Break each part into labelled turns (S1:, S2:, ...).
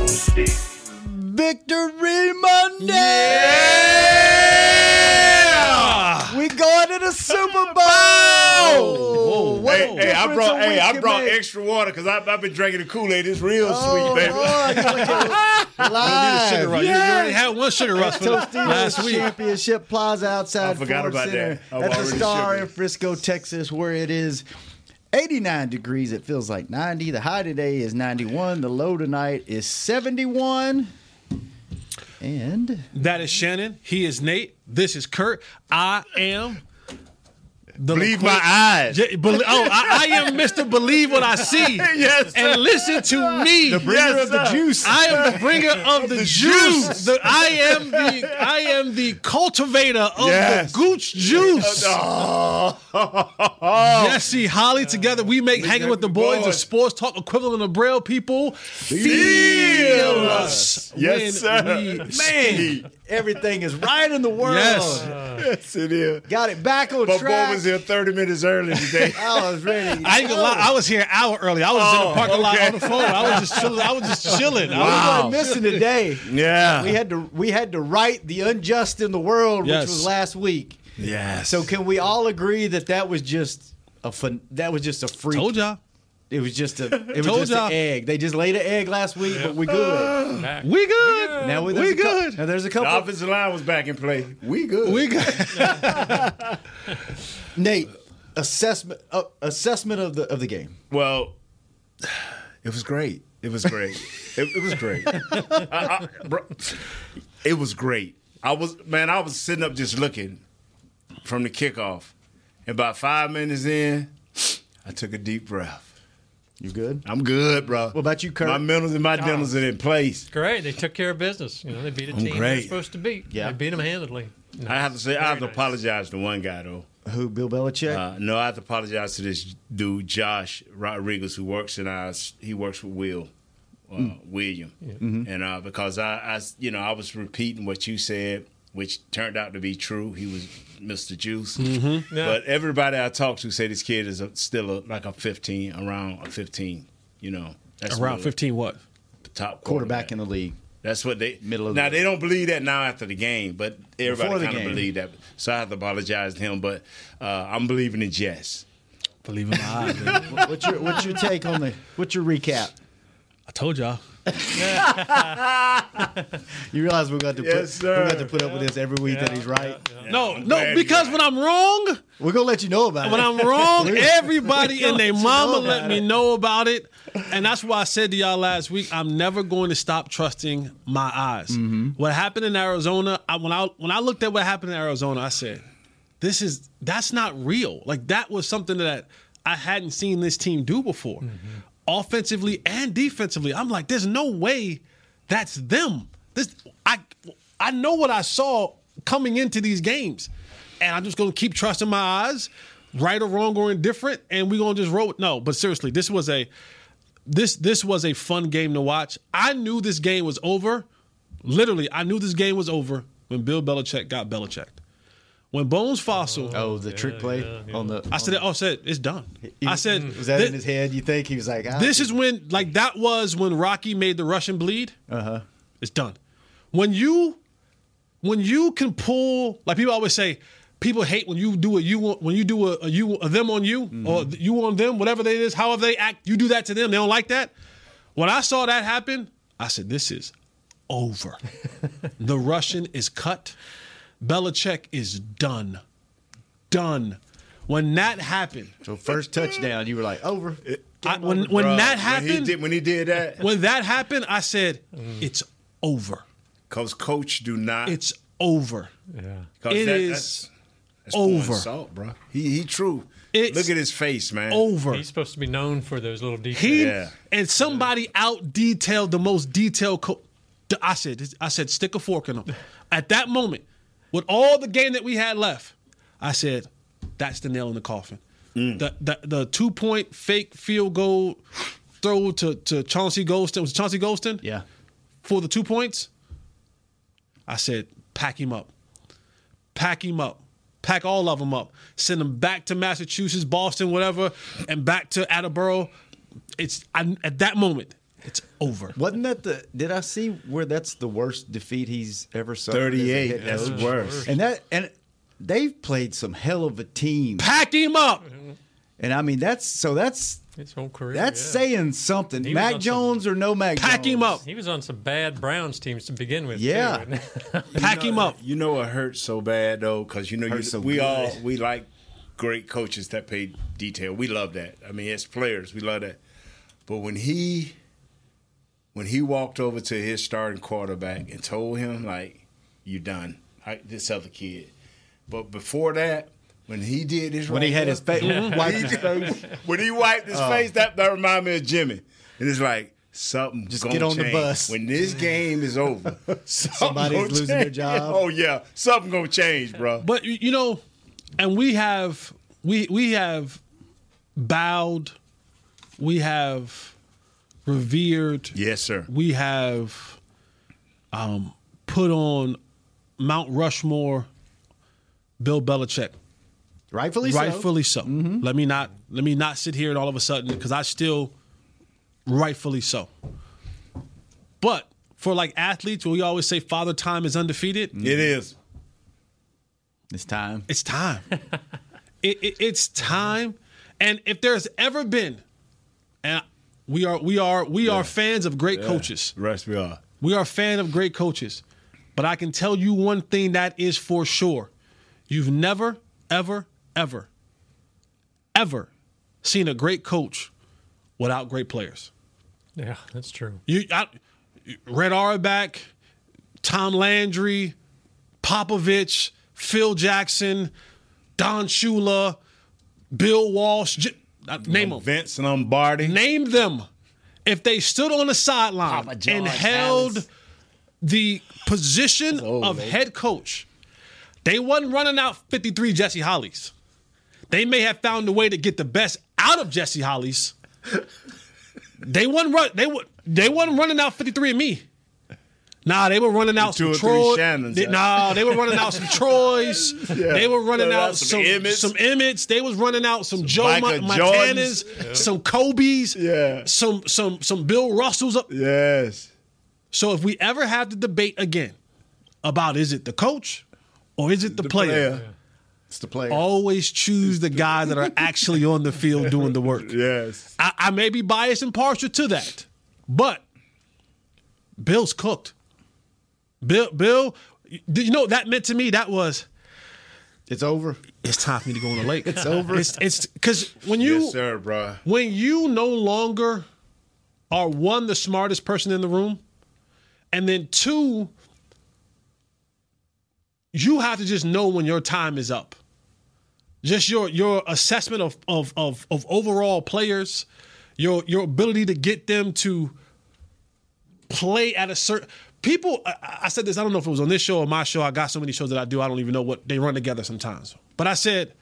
S1: Victory Monday! We going to the Super Bowl. What
S2: Hey, hey, I
S1: difference
S2: brought
S1: a
S2: hey,
S1: week
S2: I
S1: can
S2: brought
S1: make.
S2: extra water because I've been drinking the Kool Aid. It's real
S1: Oh,
S2: sweet, baby.
S1: Lord, you went to- live.
S3: Right, you- You already
S1: Yes.
S3: had one sugar rush for
S1: Tostitos
S3: last week.
S1: Championship Plaza outside
S2: I forgot
S1: Ford
S2: about
S1: Center
S2: that. I
S1: at the
S2: already
S1: Star
S2: should be.
S1: in Frisco, Texas, where it is 89 degrees. It feels like 90. The high today is 91. The low tonight is 71. And
S3: That is Shannon. He is Nate. This is Kurt. I am. The
S2: Believe my eyes.
S3: Yeah, bel- oh, I, I am Mr. Believe What I See.
S2: Yes, sir.
S3: And listen to me.
S2: The bringer Yes, of the sir. juice.
S3: I am the bringer of, the, juice. The- I am the I am the cultivator of
S2: Yes.
S3: the gooch juice.
S2: Oh,
S3: Jesse Holly together. We make hanging with the boys, the
S2: boys.
S3: sports talk equivalent of Braille people.
S2: Feel
S3: Feel us.
S2: Yes,
S3: when
S2: sir.
S3: we
S2: Man.
S3: speak.
S1: everything is right in the world.
S3: Yes.
S2: yes, it is.
S1: Got it back on
S2: My
S1: track.
S2: boy was here 30 minutes early today.
S1: I was ready.
S3: I ain't gonna lie, I was here an hour early. I was in
S2: Oh,
S3: the parking lot
S2: okay.
S3: on the phone. I was just chilling. I was just chilling. I was
S1: I
S3: like,
S1: was missing today.
S2: yeah.
S1: We had to we had to right the unjust in the world,
S3: Yes.
S1: which was last week.
S2: yes.
S1: So can we all agree that that was just a fun? That was just a freak.
S3: Told y'all.
S1: It was just a. It was
S3: Told
S1: just
S3: ya.
S1: an egg. They just laid an egg last week, but we good.
S3: We
S2: Uh,
S3: good.
S1: Now we,
S3: we
S1: there's a cou-
S3: good.
S1: now there's a
S2: the
S1: couple.
S2: offensive line was back in play. We good.
S3: We good.
S1: Nate, assessment uh, assessment of the of the game.
S2: Well, it was great. It was great. it, it was great. I- I- bro, it was great. I was man. I was sitting up just looking from the kickoff. And about five minutes in, I took a deep breath.
S1: You good?
S2: I'm good, bro.
S1: What about you, Kurt?
S2: My mentals and my dentals are in place.
S4: Oh. Great. They took care of business. You know, they beat a team
S2: great.
S4: they're supposed to beat.
S1: Oh, Yeah.
S4: They beat them handedly.
S2: I have to say, I have to
S4: nice.
S2: apologize to one guy though.
S1: Who? Bill Belichick.
S2: Uh, no, I have to apologize to this dude, Josh Rodriguez, who works in our. He works with Will, uh,
S3: Hmm.
S2: William,
S1: Mm-hmm.
S2: and uh, because I, I s- you know, I was repeating what you said, which turned out to be true. He was Mr. Juice,
S3: Mm-hmm.
S2: but everybody I talked to say this kid is a, still a, like a 15, around a 15. You know, that's
S3: Around
S2: really
S3: 15 what?
S2: the top
S1: quarterback in the league.
S2: That's what they
S1: Middle of the
S2: now
S1: road.
S2: they don't believe that now after the game, but
S1: Before
S2: everybody
S1: the
S2: kind of
S1: game.
S2: believe that. So I have to apologize to him, but uh, I'm believing in Jess.
S3: Believe in my eyes. baby.
S1: What's your What's your take on the What's your recap?
S3: I told y'all.
S1: You realize we're going to
S2: Yes,
S1: put, we're
S2: sir.
S1: going to put up with this every week that he's right.
S3: No,
S2: glad
S3: no,
S2: you
S3: because
S2: got
S3: when I'm wrong,
S1: We're going to let you know about
S3: when
S1: it.
S3: I'm wrong, everybody and their
S1: let you
S3: mama
S1: know
S3: let
S1: about
S3: me know about it. And that's why I said to y'all last week, I'm never going to stop trusting my eyes.
S1: Mm-hmm.
S3: What happened in Arizona, I, when I when I looked at what happened in Arizona, I said, this is that's not real. Like that was something that I hadn't seen this team do before.
S1: Mm-hmm.
S3: Offensively and defensively. I'm like, there's no way that's them. This I I know what I saw coming into these games. And I'm just gonna keep trusting my eyes, right or wrong or indifferent, and we're gonna just roll with no, but seriously, this was a this this was a fun game to watch. I knew this game was over. Literally, I knew this game was over when Bill Belichick got Belichick. When Bones Fossil
S1: Oh, the trick play on the.
S3: I said, "Oh, said it's done." I said,
S1: mm, was that
S3: "Thi-
S1: in his head? You think he was like, ah,
S3: "This is when, like, that was when Rocky made the Russian bleed." Uh
S2: Uh-huh.
S3: huh. It's done. When you, when you can pull, like people always say, people hate when you do a you on- when you do a, a you a them on you
S2: Mm-hmm.
S3: or you on them, whatever that is, however they act, you do that to them. They don't like that. When I saw that happen, I said, "This is over. the Russian is cut. Belichick is done. Done." When that happened,
S1: So first touchdown, you were like over.
S3: I, when when
S2: Bruh, when
S3: that
S2: he
S3: happened, when,
S2: did, when he did that,
S3: that happened, I said, "It's over.
S2: because coach do not.
S3: It's over."
S2: 'cause
S3: it
S2: Oh, that-
S3: is-
S2: That's, pouring
S3: over.
S2: salt, bro. He he true.
S3: It's
S2: Look at his face, man.
S3: Over.
S4: He's supposed to be known for those little details.
S3: He
S2: Yeah.
S3: and somebody out detailed the most detailed. Co- D- I said, I said, stick a fork in him. At that moment, with all the game that we had left, I said, that's the nail in the coffin.
S2: Mm.
S3: The, the the two point fake field goal throw to to Chauncey Goldston was it Chauncey Goldston
S1: Yeah.
S3: for the two points. I said, pack him up. Pack him up. Pack all of them up. Send them back to Massachusetts, Boston, whatever, and back to Attleboro. It's I, at that moment, it's over.
S1: Wasn't that the? Did I see where that's the worst defeat he's ever suffered? as a
S2: Thirty-eight.
S1: head
S2: That's
S1: coach?
S2: worse.
S1: And that and they've played some hell of a team.
S3: Pack him up.
S1: And I mean that's so that's
S4: His whole career.
S1: that's
S4: yeah.
S1: saying something.
S4: He was
S1: Mac
S4: on some-
S1: Jones or no Mac
S3: Pack him
S1: Jones.
S3: up.
S4: He was on some bad Browns teams to begin with.
S1: Yeah.
S4: too.
S3: Pack him up.
S2: You know it hurts so bad though, because you know you,
S1: Hurts so
S2: we
S1: good.
S2: all we like great coaches that pay detail. We love that. I mean, as players, we love that. But when he when he walked over to his starting quarterback and told him like, "You done," I, this other kid. But before that, when he did his
S1: When he had his face wiped
S2: he
S1: his
S2: did-
S1: face.
S2: when he wiped his
S1: Oh.
S2: face, that, that reminded me of Jimmy. And it's like something
S1: Just
S2: gonna
S1: get on the
S2: change.
S1: bus.
S2: when this game is over.
S1: Somebody's
S2: gonna
S1: losing their
S2: change.
S1: job.
S2: Oh yeah, something gonna change, bro.
S3: But you you know, and we have we we have bowed, we have revered,
S2: yes, sir.
S3: we have um, put on Mount Rushmore, Bill Belichick.
S1: Rightfully so. Mm-hmm.
S3: rightfully so. Let me not let me not sit here and all of a sudden because I still rightfully so. But for like athletes, we always say father time is undefeated.
S2: It is.
S1: It's time.
S3: It's time. it, it, it's time. And if there's ever been, and we are we are we are fans of great coaches.
S2: Rest we are.
S3: We are a fan of great coaches, but I can tell you one thing that is for sure. You've never, ever, ever, ever seen a great coach without great players.
S4: yeah, that's true.
S3: You, I, Red Auerbach, Tom Landry, Popovich, Phil Jackson, Don Shula, Bill Walsh. J- uh, name them.
S2: Vince Lombardi.
S3: Name them. If they stood on the sideline
S1: Papa John
S3: and held
S1: Alice.
S3: the position of head coach, they wasn't running out 53 Jesse Hollies. They may have found a way to get the best out of Jesse Hollies. they wasn't run, they would they wasn't running out 53 of me. Nah, they were running out
S2: Two
S3: some
S2: or three
S3: Troy.
S2: Shannons,
S3: they-
S2: huh?
S3: nah, they were running out some Troys. They were running
S2: Running
S3: out,
S2: out some
S3: some
S2: Emmets.
S3: some Emmets. They was running out some, Joe
S2: Micah
S3: Ma-
S2: Jordans.
S3: Montanas, some Kobe's,
S2: Yeah.
S3: some some some Bill Russells up.
S2: Yes.
S3: So if we ever have the debate again about is it the coach or is it the, player,
S1: It's the player.
S3: always choose the guys that are actually on the field doing the work.
S2: Yes.
S3: I, I may be biased and partial to that, but Bill's cooked. Bill, Bill, did you know what that meant to me? That was
S1: It's over.
S3: it's time for me to go on the lake.
S1: It's over.
S3: It's it's because when you
S2: yes, sir, bro.
S3: when you no longer are one the smartest person in the room and then two you have to just know when your time is up just your your assessment of of of, of overall players your your ability to get them to play at a certain people I, I- I said this i don't know if it was on this show or my show i got so many shows that i do i don't even know what they run together sometimes but i said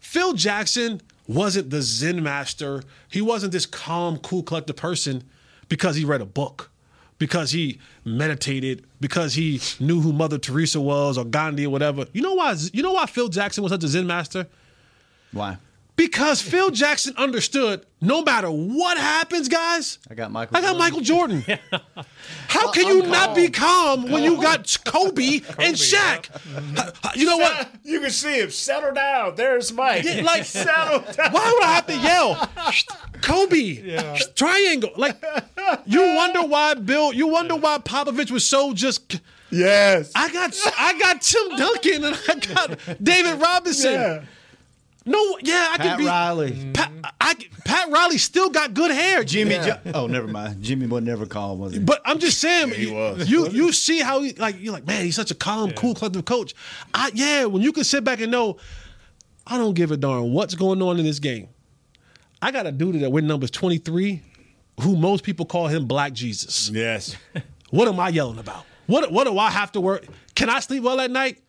S3: phil jackson wasn't the zen master he wasn't this calm cool collected person because he read a book because he meditated because he knew who mother teresa was or gandhi or whatever you know why you know why phil jackson was such a zen master
S1: Why?
S3: because Phil Jackson understood no matter what happens, guys,
S1: I got Michael
S3: I got
S1: Jordan. Uh,
S3: Michael Jordan. How can you not be calm when you got Kobe, and Shaq? Uh, You know what?
S2: You can see him. Settle down. There's Mike.
S3: Yeah, like-
S2: settle down.
S3: Why would I have to yell? Kobe, triangle. Like you wonder why Bill, you wonder why Popovich was so just.
S2: Yes.
S3: I got I got Tim Duncan and I got David Robinson.
S2: Yeah.
S3: No, yeah, I
S1: Pat
S3: could be.
S1: Riley.
S3: Pat, I, Pat Riley still got good hair.
S1: Jimmy. Jo- oh, never mind. Jimmy was never called, was he?
S3: But I'm just saying,
S2: he was.
S3: you you see how he like you're like, man, he's such a calm, cool, collective coach. I yeah, when you can sit back and know, I don't give a darn what's going on in this game. I got a dude that win numbers 23, who most people call him Black Jesus.
S2: Yes.
S3: What am I yelling about? What what do I have to work? Can I sleep well at night?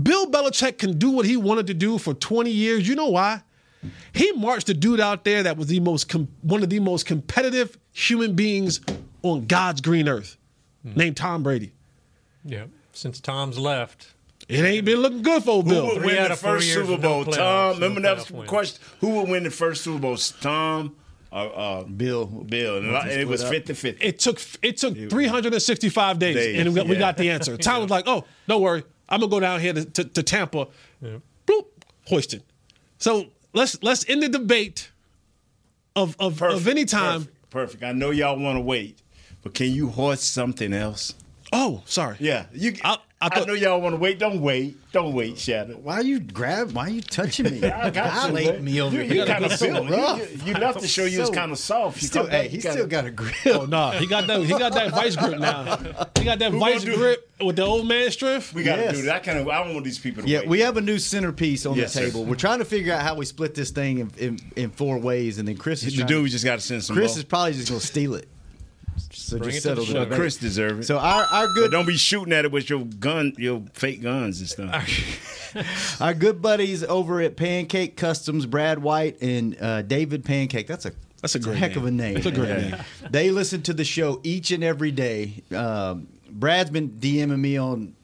S3: Bill Belichick can do what he wanted to do for 20 years. You know why? He marched the dude out there that was the most com- one of the most competitive human beings on God's green earth, named Tom Brady.
S4: Yeah. Since Tom's left,
S3: It ain't been looking good for old
S2: Who
S3: Bill.
S2: would
S4: Three
S2: win
S4: out
S2: the
S4: of four
S2: first
S4: years
S2: Super
S4: with no
S2: Bowl?
S4: playoffs,
S2: Tom,
S4: no
S2: remember that was
S4: playoff
S2: the
S4: win.
S2: question. Who would win the first Super Bowl? Tom or uh,
S1: Bill.
S2: Bill? And a lot- it was 50 50.
S3: It took it took 365 days,
S2: Days,
S3: and we, we
S2: yeah.
S3: got the answer. Tom was like, "Oh, don't worry, I'm gonna go down here to, to, to Tampa." Bloop, hoisted. So let's let's end the debate of of, of any time.
S2: Perfect, perfect. I know y'all want to wait, but can you horse something else?
S3: Oh, sorry.
S2: Yeah. you.
S3: I-
S2: I,
S3: I thought-
S2: know y'all want to wait. Don't wait. Don't wait, Shadow.
S1: Why you grab? Why you touching me?
S2: I got you,
S1: Violate
S2: bro.
S1: me over
S2: you,
S1: here.
S2: You kind of
S1: so
S2: so You,
S1: rough.
S2: you left to show you was
S1: So-
S2: kind of soft. You
S1: Still,
S2: come back,
S1: hey, he
S2: you kinda-
S1: still got a grill.
S3: Oh, nah, he got that. He got that vice grip now. He got that vice
S2: gonna do-
S3: grip with the old man strength.
S2: We got to
S1: Yes.
S2: do that. I kind of. I don't want these people to
S1: Yeah,
S2: wait.
S1: we have a new centerpiece on
S2: Yes,
S1: the
S2: sir.
S1: table. We're trying to figure out how we split this thing in, in, in four ways, and then Chris is
S2: the
S1: trying
S2: dude.
S1: to-
S2: We just got to send some.
S1: Chris
S2: more.
S1: is probably just gonna steal it. So
S4: Bring
S1: just
S4: it to
S1: settle
S4: the
S1: the
S4: show.
S2: Uh,
S1: debate.
S2: Chris deserve it.
S1: So our our
S2: but
S1: good
S2: don't be shooting at it with your gun, your fake guns and stuff.
S1: our good buddies over at Pancake Customs, Brad White and uh, David Pancake. That's a
S3: That's a great
S1: heck
S3: name.
S1: of a name.
S3: That's a great
S1: man.
S3: name.
S1: They listen to the show each and every day. Um, Brad's been DMing me on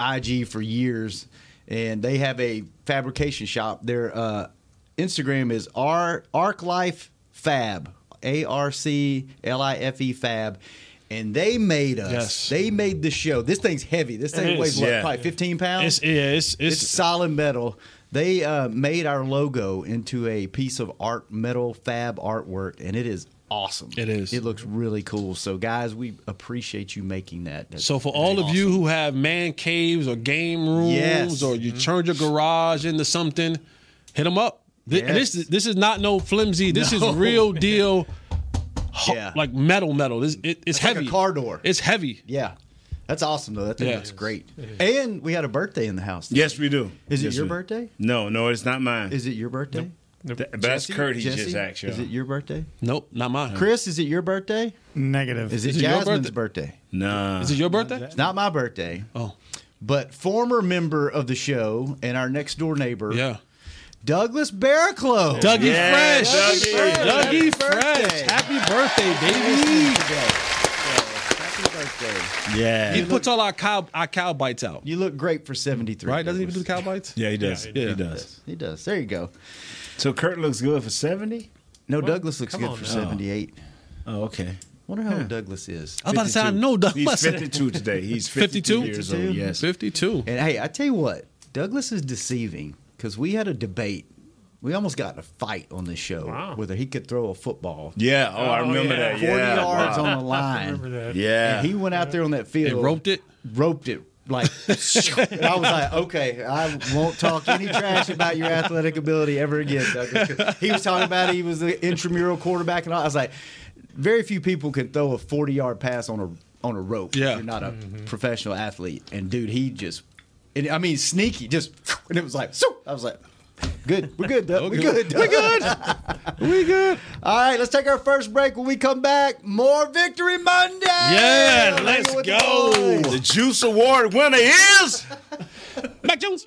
S1: IG for years, and they have a fabrication shop. Their uh, Instagram is R Arc Life Fab, A R C L I F E Fab. And they made us.
S3: Yes.
S1: They made the show. This thing's heavy. This thing
S3: is,
S1: weighs what,
S2: yeah.
S1: probably 15 pounds.
S3: It's yeah, it's
S1: It's,
S3: it's
S1: solid metal. They uh, made our logo into a piece of art metal fab artwork, and it is awesome.
S3: It is.
S1: It looks really cool. So, guys, we appreciate you making that. That's-
S3: So for
S1: that's
S3: all of
S1: awesome.
S3: you who have man caves or game rooms,
S1: Yes. Mm-hmm.
S3: or you turned your garage into something, hit them up. Th-
S1: Yes.
S3: This is this is not no flimsy. This is real deal, ho-
S1: Yeah.
S3: like metal metal. This, it, it's
S1: It's like a
S3: heavy.
S1: car door.
S3: It's heavy.
S1: yeah, that's awesome though. That thing
S3: Yeah.
S1: looks great. And we had a birthday in the house.
S2: Yes, we do.
S1: Is it
S2: Yes,
S1: your
S2: we-
S1: birthday?
S2: No, no, it's not mine.
S1: Is it your birthday?
S2: Th- but that's
S1: Jesse?
S2: Kurt. He
S1: Jesse?
S2: just actually. Mm.
S1: Is it your birthday?
S3: Nope, not mine.
S1: Chris, is it your birthday?
S5: Negative.
S1: Is it
S3: Is it your
S1: Jasmine's
S3: birthday?
S1: birthday?
S2: Nah.
S3: is it your birthday?
S1: It's not my birthday,
S3: Oh,
S1: but former member of the show and our next door neighbor,
S3: yeah.
S1: Douglas Barraclough.
S3: Dougie
S2: Yeah,
S3: Fresh.
S2: Dougie Fresh.
S3: Dougie
S1: Happy
S3: Fresh.
S1: birthday.
S3: Happy birthday, baby.
S2: yeah.
S3: He puts all our cow our cow bites out.
S1: You look great for 73.
S3: Right? Doesn't he even do
S1: Douglas.
S3: the cow bites?
S2: yeah, he does.
S3: Yeah.
S2: He does.
S1: He does. There you go.
S2: So Kurt looks good for 70?
S1: No, Douglas looks
S4: come
S1: good
S4: on
S1: for
S4: now.
S1: 78.
S2: Oh, okay.
S1: Wonder how old Douglas is.
S3: I was about to say I know
S2: He's
S3: Douglas.
S2: 52 today. He's 52,
S3: 52?
S2: years old. Yes.
S3: Fifty-two.
S1: And hey, I tell you what, Douglas is deceiving because we had a debate. We almost got in a fight on this show
S4: Wow.
S1: whether he could throw a football
S2: Yeah. Oh, I
S4: Oh,
S2: remember
S4: yeah.
S2: that.
S1: 40
S2: Yeah.
S1: yards
S2: wow.
S1: on the
S4: remember
S1: line.
S4: that.
S2: Yeah.
S1: And he went out there on that field.
S3: And roped it?
S1: Roped it. Like, and I was like, okay, I won't talk any trash about your athletic ability ever again, Douglas. 'Cause He was talking about he was an intramural quarterback, and all. I was like, very few people can throw a forty-yard pass on a on a rope.
S3: Yeah.
S1: you're not a professional athlete, and dude, he just, and I mean, sneaky, just, and it was like, so I was like, good, we're good, Doug, we're good, we're good, we good. All right, let's take our first break. When we come back, more Victory Monday.
S3: Yeah,
S1: Hang
S3: let's
S1: with the
S3: go.
S1: boys.
S2: The Juice Award winner is.
S3: Mac Jones.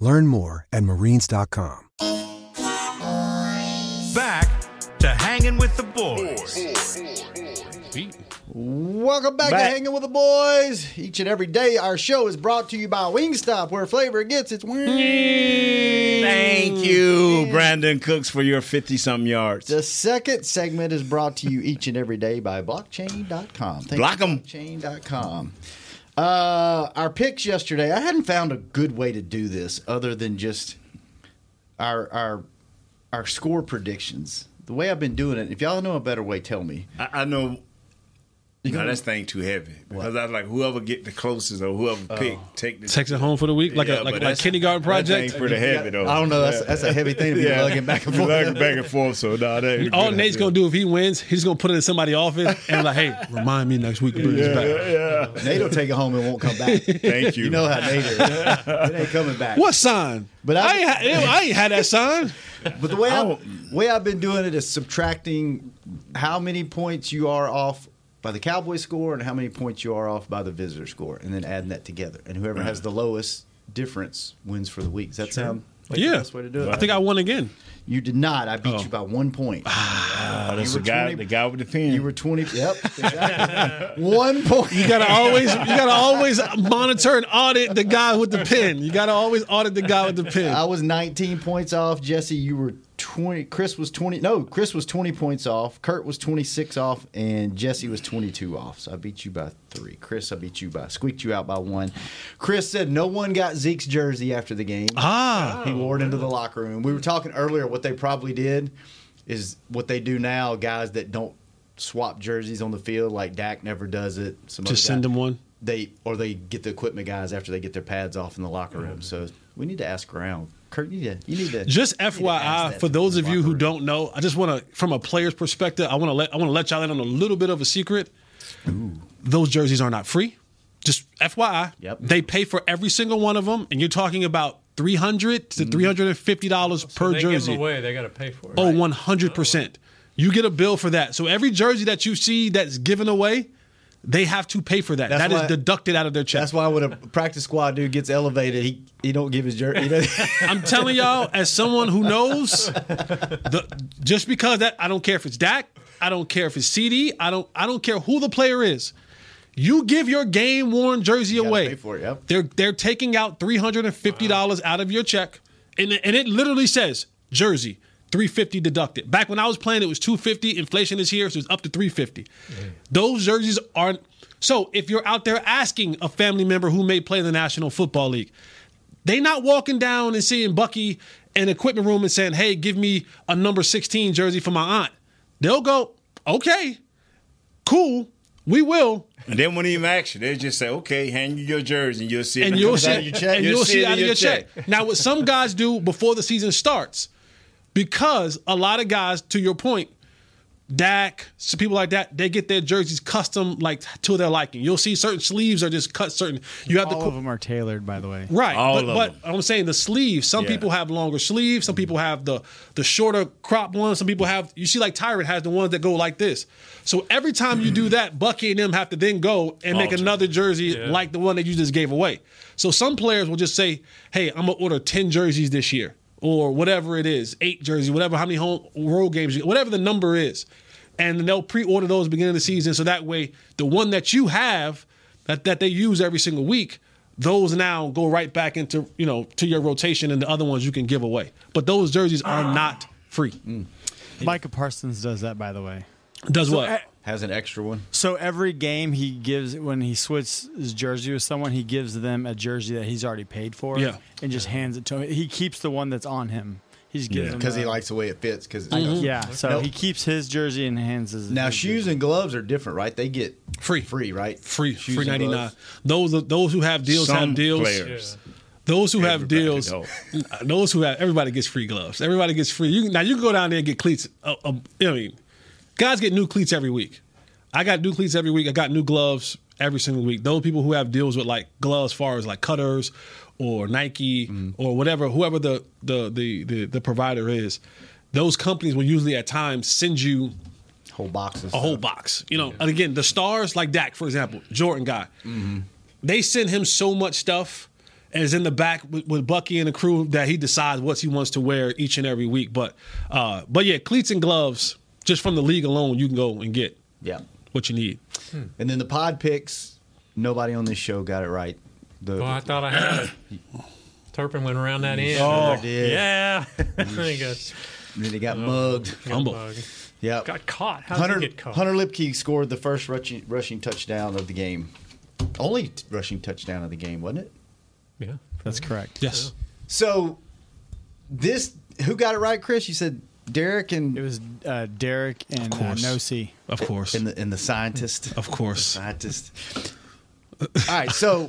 S6: Learn more at marines.com.
S7: Back to hanging with the boys.
S1: Welcome back, to
S2: Back.
S1: Hanging with the Boys. Each and every day, our show is brought to you by Wingstop, where flavor gets its wings.
S2: Thank you, Brandon Cooks, for your 50 some yards.
S1: The second segment is brought to you each and every day by blockchain.com. Thank
S2: Block 'em.
S1: you, Blockchain.com. Uh, our picks yesterday, I hadn't found a good way to do this other than just our our our score predictions. The way I've been doing it, if y'all know a better way, tell me.
S2: I, I know. You know, that's thing too heavy. Because I was like, whoever get the closest or whoever
S1: Oh.
S2: pick, take the.
S3: Takes it home for the week, like
S2: Yeah,
S3: a
S2: but
S3: like, like
S2: that's-
S3: kindergarten
S2: That
S3: project.
S2: thing pretty heavy, though.
S1: I don't know. That's, that's a heavy thing to be lugging back and forth.
S2: Lugging back and forth, so nah, that ain't a
S3: All
S2: good
S3: Nate's
S2: idea.
S3: gonna do if he wins, he's gonna put it in somebody's office and like, hey, remind me next week to bring this back.
S1: Nate will take it home and won't come back.
S2: Thank you.
S1: You know how Nate is. it ain't coming back.
S3: What sign?
S1: But
S3: But
S1: I-
S3: I, ain't, ha- I ain't had that sign.
S1: But the way
S3: Oh.
S1: I, way I've been doing it is subtracting how many points you are off by the Cowboy score and how many points you are off by the visitor score, and then adding that together. And whoever has the lowest difference wins for the week. Does that sound like
S3: yeah,
S1: the best way to do it?
S3: I think I won again.
S1: you did not. I beat
S3: Oh. Ah,
S1: you by one point.
S2: Oh, that's the
S1: You were
S2: guy,
S1: 20
S2: the guy with the pen.
S1: You were twenty. Yep, exactly. one point.
S3: You gotta always, you gotta always monitor and audit the guy with the pin. You gotta always audit the guy with the pin.
S1: I was 19 points off. Jesse, you were 20. Chris was 20. No, Chris was 20 points off. Kurt was 26 off, and Jesse was 22 off. So I beat you by three. Chris, I beat you by squeaked you out by one. Chris said no one got Zeke's jersey after the game.
S3: Ah.
S1: he wore it into the locker room. We were talking earlier. What they probably did is what they do now. Guys that don't swap jerseys on the field, like Dak never does it. Some other
S3: Just send
S1: guy-
S3: him one.
S1: they or they get the equipment guys after they get their pads off in the locker room. So we need to ask around. Kurt, you need to. You need to
S3: Just
S1: you need to ask
S3: FYI,
S1: that
S3: for
S1: to
S3: those
S1: the
S3: of you
S1: locker
S3: who
S1: room.
S3: don't know, I just want to, from a player's perspective, I want to let I want to let y'all in on a little bit of a secret. Those jerseys are not free. Just FYI,
S1: Yep.
S3: they pay for every single one of them, and you're talking about three hundred to
S1: Mm.
S3: three hundred and fifty dollars per
S4: they Give
S3: jersey.
S4: them away. They got to pay for it.
S3: Oh, 100%. You get a bill for that. So every jersey that you see that's given away, they have to pay for that.
S1: That's
S3: That is
S1: why-
S3: deducted out of their check.
S1: That's why when a practice squad dude gets elevated, he he don't give his jersey.
S3: I'm telling y'all, as someone who knows, the, just because that I don't care if it's Dak, I don't care if it's CD, I don't I don't care who the player is. You give your game worn jersey
S1: gotta
S3: away.
S1: pay for it, yep.
S3: They're they're taking out three hundred and fifty dollars out of your check, and it- and it literally says jersey. 350 deducted. Back when I was playing, it was 250. Inflation is here, so it's up to 350. Those jerseys aren't. So if you're out there asking a family member who may play in the National Football League, they not walking down and seeing Bucky in the equipment room and saying, "Hey, give me a number 16 jersey for my aunt." They'll go, "Okay, cool, we will."
S2: and they won't even ask you. They just say, "Okay, hand you your jersey, and you'll see." it
S3: And
S2: comes
S3: you'll
S2: out
S3: see,
S2: of your check.
S3: and you'll see out of your check. Now, what some guys do before the season starts, because a lot of guys, to your point, Dak, so people like that, they get their jerseys custom like to their liking. You'll see certain sleeves are just cut certain. You have
S8: All
S3: to
S8: of them are tailored, by the way.
S3: Right. but, but I'm saying the sleeves. Some
S8: Yeah.
S3: people have longer sleeves. Some people have the the shorter crop ones. Some people have you see like Tyrant has the ones that go like this. So every time you do that, Bucky and them have to then go and make
S9: Alter.
S3: another jersey
S9: Yeah.
S3: like the one that you just gave away. So some players will just say, "Hey, I'm gonna order ten jerseys this year, or whatever it is, eight jerseys, whatever how many home road games, you- whatever the number is." And they'll pre-order those beginning of the season, so that way the one that you have that, that they use every single week, those now go right back into you know to your rotation, and the other ones you can give away. But those jerseys are not free.
S8: Micah Parsons does that, by the way.
S3: Does
S8: So
S3: what?
S8: e-
S1: Has an extra one.
S8: So every game he gives when he switches his jersey with someone, he gives them a jersey that he's already paid for,
S1: Yeah.
S8: and just hands it to him. He keeps the one that's on him. He just gives
S1: Yeah.
S8: him
S1: 'Cause he
S8: the-
S1: likes the way it fits, 'cause it's custom.
S8: yeah. So
S1: Nope.
S8: he keeps his jersey and hands his.
S1: Now
S8: his
S1: shoes and gloves are different, right? They get
S3: free,
S1: free, right?
S3: Free,
S1: shoes
S3: free
S1: and
S3: ninety nine.
S1: gloves.
S3: Those those who have deals
S1: Some
S3: have deals.
S1: players.
S3: Those who have deals, those who have everybody gets free gloves. Everybody gets free. You, now you can go down there and get cleats. Uh, uh, I mean, guys get new cleats every week. I got new cleats every week. I got new gloves every single week. Those people who have deals with like gloves, as far as like cutters or Nike
S1: Mm-hmm.
S3: or whatever, whoever the the the the, the provider is, those companies will usually at times send you
S1: whole boxes,
S3: a whole box. You know, and again, the stars like Dak, for example, Jordan guy they send him so much stuff as in the back with, with Bucky and the crew that he decides what he wants to wear each and every week. But uh, but yeah, cleats and gloves just from the league alone, you can go and get
S1: yeah
S3: what you need.
S1: And then the pod picks. Nobody on this show got it right. The
S4: Well, I thought I had it. Turpin went around that
S1: You
S4: end.
S1: sure did.
S4: yeah.
S1: You
S4: I think that's-
S1: Oh, Then he got
S4: Oh,
S1: mugged.
S4: got Fumble. mugged.
S1: Yep.
S4: Got caught. How'd he
S1: Hunter,
S4: get caught?
S1: Hunter Lipke scored the first rushing, rushing touchdown of the game. Only t- rushing touchdown of the game, wasn't it?
S4: Yeah.
S8: That's correct.
S4: Oh.
S3: Yes.
S1: So this, who got it right, Chris? You said Derek and
S8: it was uh, Derek and uh,
S1: course.
S8: Nosi.
S3: Of course.
S1: And the, and the scientist.
S3: Of course.
S1: scientist. All right, so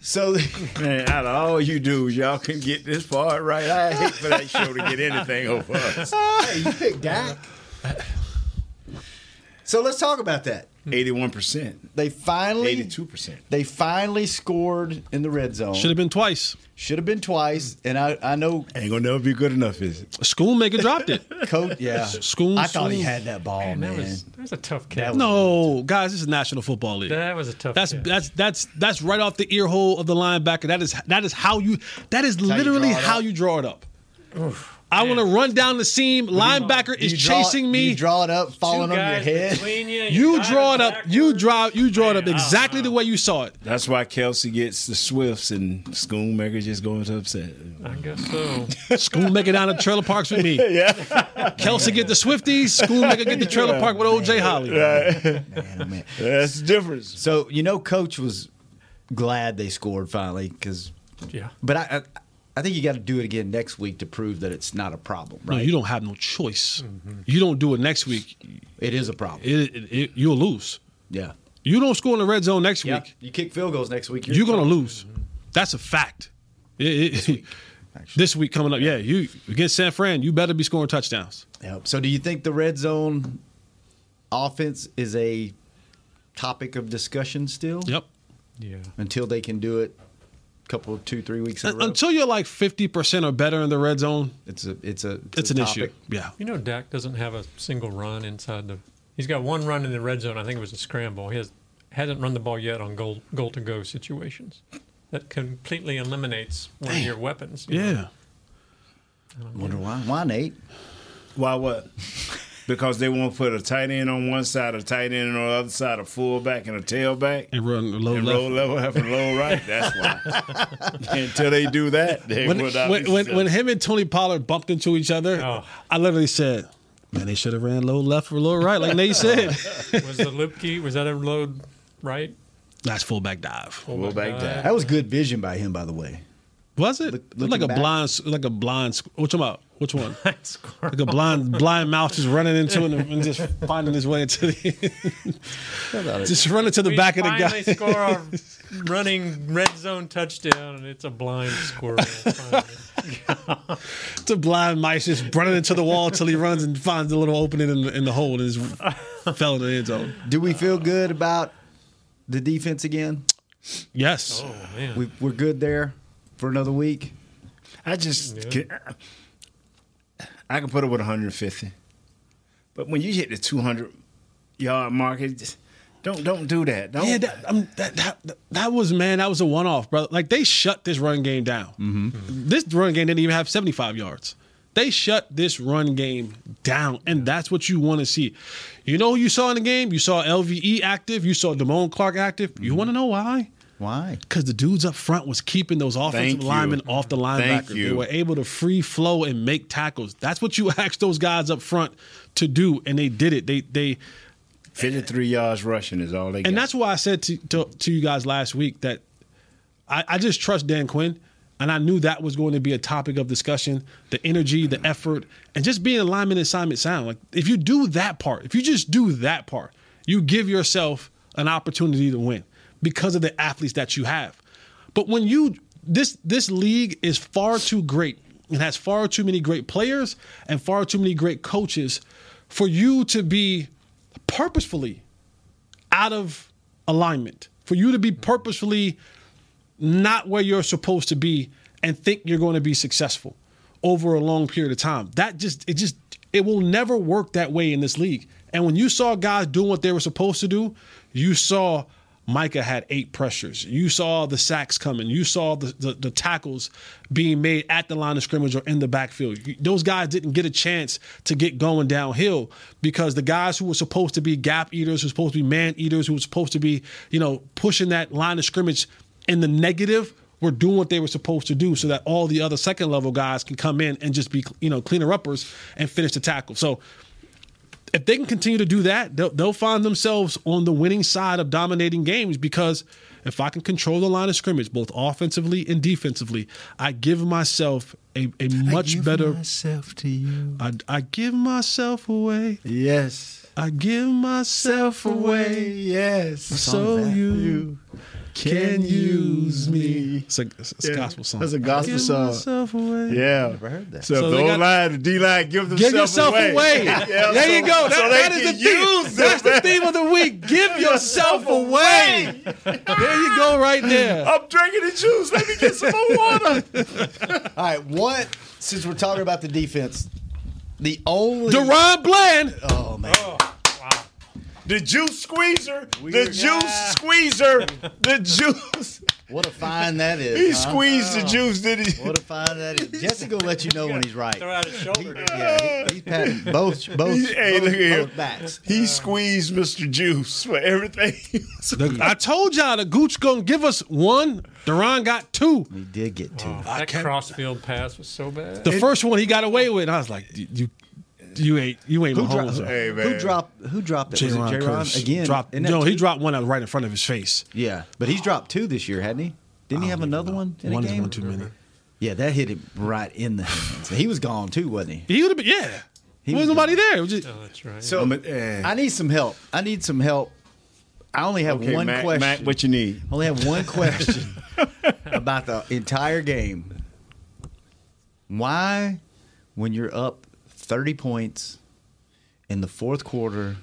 S1: so
S2: man, out of all you dudes, y'all can get this part right. I hate for that show to get anything over us.
S1: hey, you picked Dak. So let's talk about that.
S2: Eighty-one percent.
S1: They finally
S2: Eighty-two percent.
S1: They finally scored in the red zone.
S2: Should have
S3: been twice.
S1: Should have been twice. And I, I know
S2: ain't gonna never be good enough, is it?
S3: Schoolmaker dropped it.
S1: Coach, yeah.
S3: School.
S1: I thought he had that ball, Oh, man.
S4: Oh, That was, that was a tough catch.
S3: No, guys, this is National Football League.
S4: That was a tough
S3: That's that's that's that's right off the ear hole of the linebacker. That is that is how you that is
S4: you
S3: literally
S4: draw it
S3: how
S4: up.
S3: you draw it up. I want to run down the seam. Linebacker
S1: do you
S3: is
S1: draw-
S3: chasing
S1: do
S3: me.
S1: you draw it up, falling on your
S4: guys
S1: head.
S4: between you, you
S3: You draw it up. You draw. You draw it up
S1: uh,
S3: exactly the way you saw it.
S2: That's why Kelsey gets the Swifts and Schoonmaker just goes upset.
S4: I guess so.
S3: Schoolmaker down at Trailer Parks with me.
S2: Yeah.
S3: Kelsey get the Swifties. Schoolmaker get the Trailer Park with OJ Holly.
S2: That's the difference.
S1: So you know, Coach was glad they scored finally because.
S4: Yeah.
S1: But I, I, I think you got to do it again next week to prove that it's not a problem,
S3: No,
S1: right?
S3: you don't have no choice.
S1: Mm-hmm.
S3: You don't do it next week.
S1: It is a problem.
S3: It, it, it- you'll lose.
S1: Yeah.
S3: You don't score in the red zone next week.
S1: You kick field goals next week.
S3: You're gonna lose. That's a fact. It- it- this, week, coming up, yeah. You against San Fran, you better be scoring touchdowns.
S1: Yep. So do you think the red zone offense is a topic of discussion still?
S3: Yep.
S4: Yeah.
S1: Until they can do it, a couple, two, three weeks in a row.
S3: Uh, Until you're like fifty percent or better in the red zone,
S1: it's a it's a
S3: it's, an issue. Yeah.
S4: You know, Dak doesn't have a single run inside the. He's got one run in the red zone. I think it was a scramble. He has, hasn't run the ball yet on goal goal to go situations. That completely eliminates one of your weapons. you know.
S1: Wonder why? Why Nate?
S2: Why what? because they won't put a tight end on one side, a tight end on the other side, a fullback and a tailback.
S3: And run low
S2: and
S3: left.
S2: low level half and low right. That's why. Until they do that, they
S3: when,
S2: will not
S3: when,
S2: be
S3: when,
S2: successful.
S3: when him and Tony Pollard bumped into each other, I literally said, "Man, they should have ran low left or low right," like Nate said.
S4: was the Lipke? Was that a load right?
S3: That's fullback dive.
S4: Fullback Fullback dive. dive.
S1: That was good vision by him, by the way.
S3: Was it
S1: looking
S3: like a
S1: back.
S3: blind, s- like a blind? s- What you talking about? Which one? like a blind, blind mouse just running into it and just finding his way into the. just running to the
S4: We
S3: back of the guy.
S4: finally score our running red zone touchdown, and it's a blind squirrel. Finally.
S3: it's a blind mice just running into the wall till he runs and finds a little opening in the, in the hole and is fell in the end zone.
S1: Do we feel good about the defense again?
S3: Yes.
S4: Oh,
S1: We, we're good there for another week.
S2: I just can, I can put up with 150, but when you hit the 200 yard mark, it just, don't don't do that. Don't.
S3: Yeah, that, um, that, that that was man, that was a one off, brother. Like they shut this run game down.
S2: Mm-hmm.
S3: This run game didn't even have 75 yards. They shut this run game down, and that's what you want to see. You know who you saw in the game? You saw LVE active. You saw Damone Clark active. You
S2: Mm-hmm.
S3: want to know why?
S1: Why?
S3: Because the dudes up front was keeping those offensive
S2: Thank you.
S3: linemen off the
S2: Thank
S3: linebacker. They
S2: you.
S3: were able to free flow and make tackles. That's what you asked those guys up front to do, and they did it. They they
S2: 53 yards rushing is all they got.
S3: and that's why I said to, to, to you guys last week that I, I just trust Dan Quinn, and I knew that was going to be a topic of discussion. The energy, the effort, and just being alignment and assignment sound. Like if you do that part, if you just do that part, you give yourself an opportunity to win because of the athletes that you have. But when you this this league is far too great and has far too many great players and far too many great coaches for you to be purposefully out of alignment, for you to be purposefully not where you're supposed to be and think you're going to be successful over a long period of time. That just it just it will never work that way in this league. And when you saw guys doing what they were supposed to do, you saw Micah had eight pressures. You saw the sacks coming. You saw the, the, the tackles being made at the line of scrimmage or in the backfield. You- Those guys didn't get a chance to get going downhill because the guys who were supposed to be gap eaters, who were supposed to be man eaters, who were supposed to be, you know, pushing that line of scrimmage in the negative were doing what they were supposed to do so that all the other second level guys can come in and just be you know cleaner uppers and finish the tackle so if they can continue to do that they'll, they'll find themselves on the winning side of dominating games because if i can control the line of scrimmage both offensively and defensively i give myself a, a much better
S1: myself to you.
S3: I, I give myself away
S1: yes
S3: i give myself away
S1: yes.
S3: so you, can use me it's a, it's a
S2: Yeah.
S3: gospel song
S2: That's a gospel
S3: I give
S2: song.
S3: myself away.
S2: Yeah.
S1: Never heard that.
S2: So,
S3: So
S2: if
S3: they
S2: the
S3: got-
S2: O line, the D line, give themselves
S3: Give yourself away.
S2: Yeah,
S3: there you
S2: so-
S3: go. That,
S2: so
S3: that
S2: they
S3: is the
S2: can use
S3: theme. That's the theme of the week. Give yourself away. there you go, right there.
S2: I'm drinking the juice. Let me get some more water.
S1: All right, what? Since we're talking about the defense, the only
S3: Deron Bland.
S1: oh man,
S2: The juice squeezer. The
S1: Weird.
S2: juice squeezer. The juice.
S1: what a find that is!
S2: He
S1: huh?
S3: Uh-huh.
S2: squeezed the juice, did he?
S1: What a find that is! Jesse gonna let you know when he's right.
S4: Throw out his shoulder.
S1: Yeah, he, he's patting both both,
S2: Hey,
S1: both,
S2: look here.
S1: both backs.
S2: He squeezed Mr. Juice for everything.
S3: The- I told y'all the Gooch gonna give us one. Deron got two.
S1: He did get two.
S4: Oh, that crossfield pass was so bad.
S3: The first one he got away with. I was like, you, you, you ain't, you ain't
S1: Who, dropped?
S3: Mahomes.
S2: Hey,
S1: who
S2: man.
S1: dropped? Who dropped it? Was it
S3: Jaron
S1: J-Ron
S3: Curse
S1: again?
S3: dropped.
S1: Isn't that
S3: No, he
S1: two?
S3: dropped one out right in front of his face.
S1: Yeah, but he's dropped two this year, hadn't he? Didn't he have another one in
S3: One
S1: a
S3: is
S1: game?
S3: one too many.
S1: Yeah, that hit him right in the hands. He was gone too, wasn't he?
S3: He would have been. Yeah,
S1: He
S3: there was
S1: was
S3: nobody there. It was just-
S4: oh, that's right.
S2: So, eh,
S1: I need some help. I need some help. I only have
S2: okay,
S1: one
S2: Mac,
S1: question.
S2: Mac, what you need?
S1: I only have one question about the entire game. Why, when you're up 30 points in the fourth quarter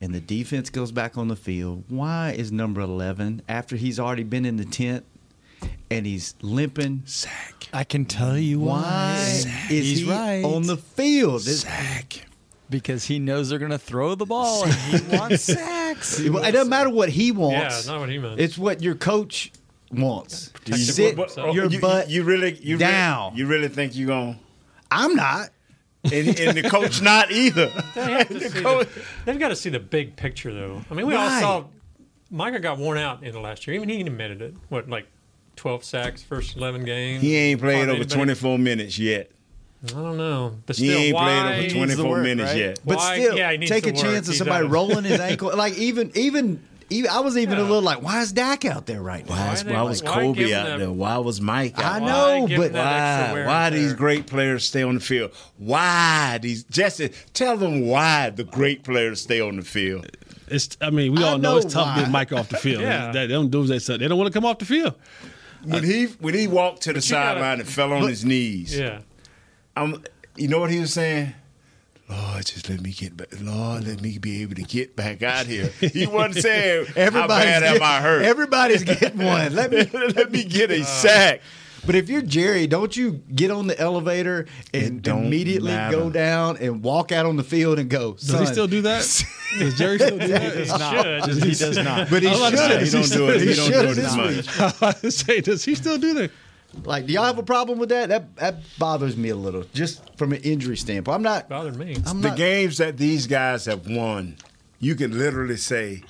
S1: and the defense goes back on the field, why is number 11 after he's already been in the tent and he's limping?
S8: I can tell you
S1: Why is
S8: He's
S1: he
S8: right.
S1: on the field? This-
S8: because he knows they're gonna throw the ball and he wants sacks.
S1: It it doesn't matter what he wants.
S4: not what he meant.
S1: It's what your coach wants.
S4: Yeah, protect
S1: Sit
S4: your butt.
S1: your
S2: Oh, you,
S1: butt.
S2: you really, you
S1: down.
S2: Really, you really think you're going
S1: I'm not.
S2: to. And, and the coach, not either.
S4: They have to see the, they've got to see the big picture, though. I mean, we
S1: Right.
S4: all saw Micah got worn out in the last year. Even he admitted it. What, like 12 sacks, first 11 games?
S2: He ain't played
S4: Hardly
S2: over
S4: anybody-
S2: 24 minutes yet.
S4: I don't know. But
S2: He
S4: still,
S2: ain't
S4: why?
S2: played over
S8: needs the
S2: 24
S8: work,
S2: minutes
S8: right?
S2: yet.
S1: But
S4: Why-
S1: still,
S4: yeah, he needs
S1: take
S4: to
S1: a chance
S4: work.
S1: of
S4: He's
S1: somebody
S4: out.
S1: rolling his ankle. Like even, even, even I was even a
S4: Yeah.
S1: little like, why is Dak out there right now?
S4: Why
S2: That's
S4: they-
S2: why was
S4: why give
S2: Kobe
S4: him
S2: out
S4: that-
S2: there? Why was Mike out
S1: I
S2: there?
S1: know,
S4: Why give
S1: but
S4: him that extra
S2: Why?
S4: wear
S2: Why
S4: and
S2: these
S4: tear?
S2: great players stay on the field? Why these Jesse? Tell them why the great players stay on the field.
S3: It's. I mean, we
S1: I
S3: all know,
S1: know
S3: it's tough
S1: why.
S3: to get Mike off the field.
S4: Yeah.
S3: That- them dudes, they said they don't want to come off the field.
S2: when he when he walked to the
S1: But you gotta-
S2: sideline and fell on
S1: but-
S2: his knees.
S1: Yeah.
S2: I'm. You know what he was saying? Lord, just let me get back. Lord, let me be able to get back out here. He wasn't saying how
S1: Everybody's
S2: bad
S1: get-
S2: am I hurt. Uh,
S1: Everybody's getting one. Let me
S2: let me get a sack.
S1: But if you're Jerry, don't you get on the elevator and immediately
S3: matter.
S1: go down and walk out on the field and go?
S3: Does he still do that? Does Jerry still do that?
S1: He does not. He does not. But he
S3: I was about to
S1: should. He
S3: say,
S1: don't do it. He
S3: does-
S1: don't do it as
S3: should this
S1: much.
S3: week. I was about to say, does he still do that?
S1: Like, do y'all have a problem with that? That that bothers me a little, just from an injury standpoint. I'm not bothered me. I'm
S2: the
S1: not.
S2: games that these guys have won, you can literally say,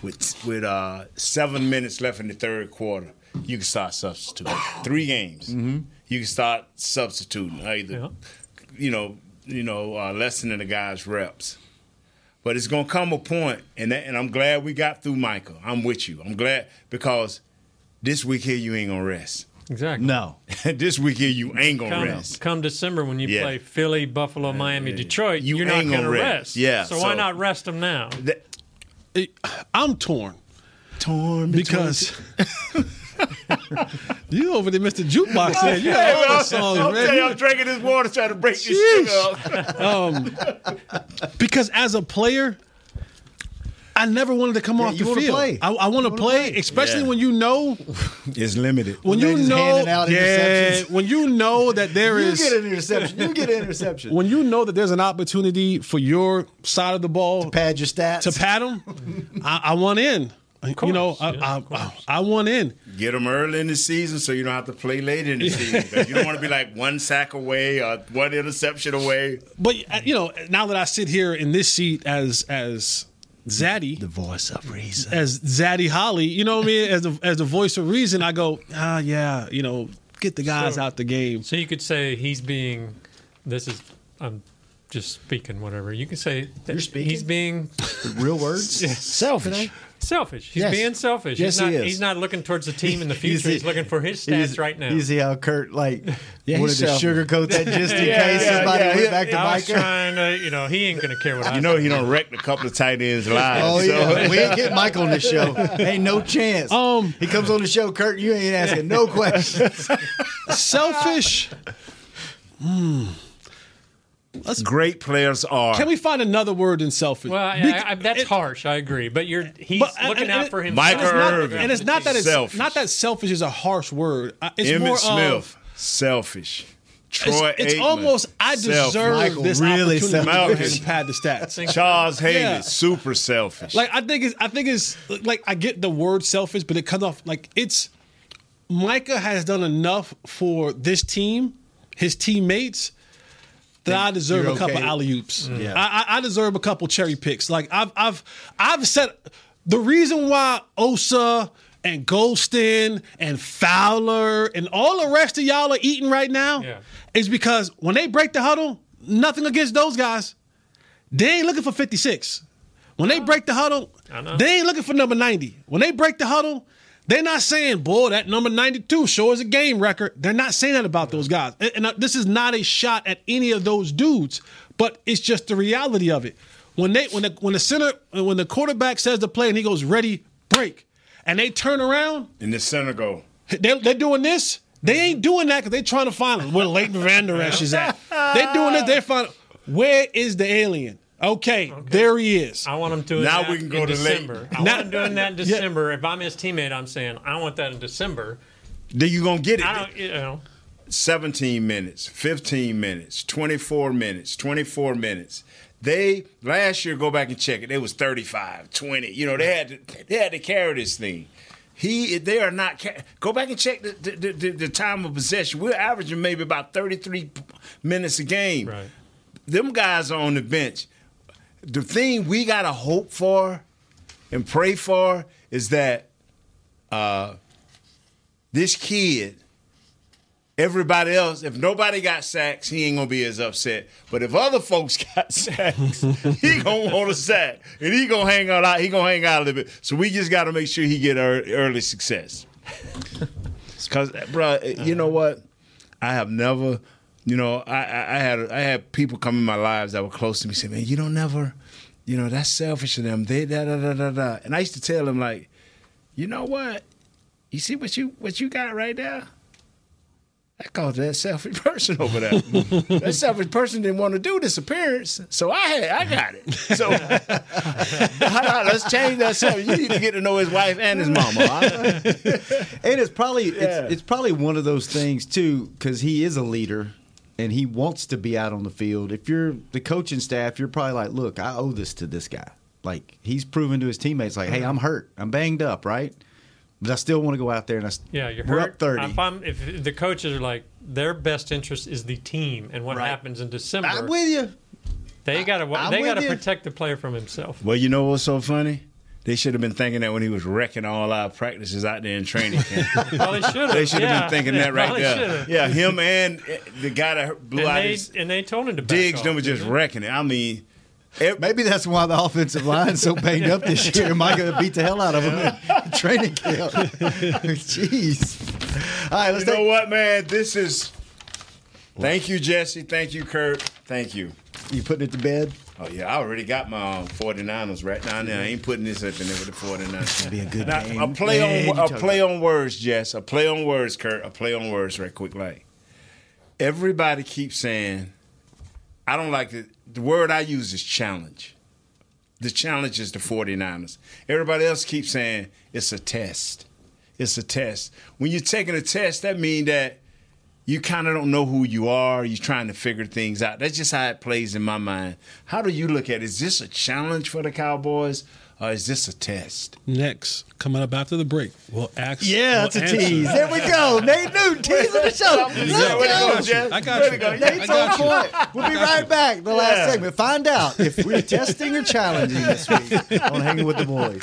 S2: with with uh, seven minutes left in the third quarter, you can start substituting. Three games, you can start substituting uh, either, you know, you know, uh, lessening the guys' reps. But it's gonna come a point, and that, and I'm glad we got through Michael. I'm with you. I'm glad because this week here you ain't gonna rest.
S4: Exactly.
S1: No,
S2: this week here you ain't gonna
S4: Come,
S2: rest.
S4: come December when you
S2: Yeah.
S4: play Philly, Buffalo, Miami, Detroit, you are not
S2: ain't
S4: going
S2: gonna
S4: to
S2: rest.
S4: rest.
S2: Yeah,
S4: So, why
S2: so-
S4: not rest them now?
S3: I'm torn.
S2: Torn
S3: because you over there, Mr. Jukebox. Man. You
S2: Hey,
S3: have
S2: man,
S3: all the songs
S2: I'm,
S3: ready.
S2: telling you, I'm drinking this water trying to break this shit up.
S3: Sheesh. um, because as a player, I never wanted to come
S2: Yeah,
S3: off
S2: you
S3: the
S2: wanna
S3: field.
S2: play.
S3: I, I want to play, especially
S2: Yeah.
S3: when you know
S2: It's limited.
S3: when
S1: They
S3: you
S1: just
S3: know
S1: handing out
S3: yeah,
S1: interceptions.
S3: when you know that there
S1: you
S3: is
S1: get an interception. You get an interception.
S3: when you know that there's an opportunity for your side of the ball to
S1: pad your stats
S3: to pad them. I, I want in. you know, I, I, I, I want in.
S2: Get them early in the season so you don't have to play late in the season. 'cause You don't want to be like one sack away or one interception away.
S3: But uh, you know, now that I sit here in this seat as as Zaddy, the
S1: voice of reason,
S3: as Zaddy Holly, you know what I mean? As the, as the voice of reason, I go, ah, yeah, you know, get the guys out the game.
S4: So you could say he's being. This is. I'm just speaking whatever. You can say that
S8: You're speaking?
S4: He's being
S1: real words. Selfish.
S4: selfish. He's
S1: Yes.
S4: being selfish.
S1: Yes,
S4: he's not,
S1: he is.
S4: He's not looking towards the team in the
S1: You
S4: future.
S1: see-
S4: he's looking for his
S1: you
S4: stats
S1: see-
S4: right now.
S1: You see how Kurt like
S4: Yeah,
S1: wanted
S4: he's
S1: to
S4: selfish.
S1: sugarcoat that just in
S4: Yeah,
S1: case
S4: yeah,
S1: somebody
S4: yeah,
S1: went
S4: yeah.
S1: back to
S4: I was
S1: Micah.
S4: trying to, you know, he ain't gonna care what I.
S2: You know he don't wreck a couple of tight ends live.
S1: Oh
S2: so.
S1: yeah, we ain't getting Michael on this show. Ain't no chance. Um, he comes on the show, Kurt. You ain't asking no questions.
S3: Selfish. Hmm. Let's,
S2: Great players are.
S3: Can we find another word than selfish?
S4: Well, I, I, I, that's harsh. I agree, but you're he's
S3: But- and-
S4: looking
S3: and-
S4: out
S3: and-
S4: for himself.
S3: and it's not-
S2: Irvin.
S3: And it's not that it's
S2: Selfish.
S3: not that selfish is a harsh word. Uh, It's
S2: Emmitt
S3: more
S2: Smith,
S3: of
S2: selfish.
S3: It's-
S2: Troy
S3: it's
S2: Aikman,
S3: almost, I deserve Michael this really opportunity to selfish. go ahead and pad the stats.
S2: Charles Haley,
S3: Yeah.
S2: super selfish.
S3: Like I think it's I think it's like I get the word selfish, but it comes off like it's Micah has done enough for this team, his teammates, that I deserve
S1: you're
S3: a couple
S1: okay.
S3: alley oops.
S1: Mm. Yeah.
S3: I, I I deserve a couple cherry picks. Like I've I've I've said the reason why Osa and Goldston and Fowler and all the rest of y'all are eating right now
S4: Yeah.
S3: is because when they break the huddle, nothing against those guys. They ain't looking for 56. When they break the huddle,
S4: I know.
S3: they ain't looking for number 90. When they break the huddle, they're not saying, boy, that number 92 sure is a game record. They're not saying that about those guys. And, and, uh, this is not a shot at any of those dudes, but it's just the reality of it. When they when the when the center uh, when the quarterback says the play and he goes ready, break, and they turn around,
S2: in the Senegal.
S3: they, they're doing this. They ain't doing that because they're trying to find him. Where Leighton Van Der Esch is at. They're doing this. They're finding. Where is the alien? Okay, there he is.
S4: I want him doing that in December. I
S3: Now-
S4: want him doing that in December. If I'm his teammate, I'm saying I want that in December.
S2: Then you gonna get it.
S4: I don't, you know.
S2: 17 minutes, 15 minutes, 24 minutes, 24 minutes. They last year go back and check it. It was 35, 20. You know, they had to, they had to carry this thing. He they are not ca- go back and check the the, the the time of possession. We're averaging maybe about 33 minutes a game. Right. Them guys are on the bench. The thing we got to hope for and pray for is that uh, this kid Everybody else, if nobody got sacks, he ain't gonna be as upset. But if other folks got sacks, he gonna want a sack, and he gonna hang out. He gonna hang out a little bit. So we just gotta make sure he get ear- early success. Because, bro, you know what? I have never, you know, I, I, I had I had people come in my lives that were close to me say, "Man, you don't never, you know, that's selfish of them." They da da da da da. And I used to tell them like, you know what? You see what you what you got right there? That caused that selfish person over there. that selfish person didn't want to do this appearance, so I had I got it. So hold on, let's change that. Selfish. You need to get to know his wife and his mama. huh?
S1: and it's probably
S2: Yeah.
S1: it's, it's probably one of those things too because he is a leader and he wants to be out on the field if you're the coaching staff you're probably like look i owe this to this guy like he's proven to his teammates like hey i'm hurt i'm banged up right but i still want to go out there and I,
S4: Yeah, you're
S1: we're
S4: hurt.
S1: up 30
S4: If, I'm, if the coaches are like, their best interest is the team and what happens in December.
S1: I'm with you.
S4: They got to
S1: I'm
S4: they
S1: with
S4: got to
S1: you.
S4: protect the player from himself.
S2: Well, you know what's so funny? They should have been thinking that when he was wrecking all our practices out there in training camp.
S4: Probably should have.
S2: They should have
S4: yeah.
S2: been thinking
S4: They
S2: that right
S4: probably
S2: there.
S4: should've.
S2: Yeah, him and uh, the guy that blew
S4: and
S2: out
S4: they,
S2: his
S4: and they told him to back
S2: digs,
S4: off,
S2: them were just
S4: didn't
S2: wrecking it. I mean, eh,
S1: maybe that's why the offensive line's so banged up this year am i going to beat the hell out of him in training camp jeez all right let's
S2: you know what, man? This is. Thank you, Jesse. Thank you, Kurt. Thank you.
S1: You putting it to bed?
S2: Oh, yeah. I already got my um, 49ers right down there. I ain't putting this up in there with the 49ers. It's
S1: be a good
S2: Now,
S1: game.
S2: A play
S1: Man,
S2: on
S1: you
S2: a
S1: talking
S2: play on words, Jess. A play on words, Kurt. A play on words, right quick. Like everybody keeps saying, I don't like the the word I use is challenge. The challenge is the 49ers. Everybody else keeps saying it's a test. It's a test. When you're taking a test, that means that you kind of don't know who you are. You're trying to figure things out. That's just how it plays in my mind. How do you look at it? Is this a challenge for the Cowboys or is this a test?
S3: Next, coming up after the break, we'll ask.
S2: Yeah,
S3: we'll
S2: that's a
S3: answer.
S2: tease.
S1: There we go. Nate Newton teasing the show.
S2: Something.
S1: Let's
S2: Yeah, way to go,
S1: go.
S2: Jeff.
S3: I got
S2: Way to
S3: you.
S2: go.
S3: I
S1: Nate's on
S3: got you.
S1: point. We'll be right back. The last
S2: Yeah.
S1: segment. Find out if we're testing or challenging this week on Hanging with the Boys.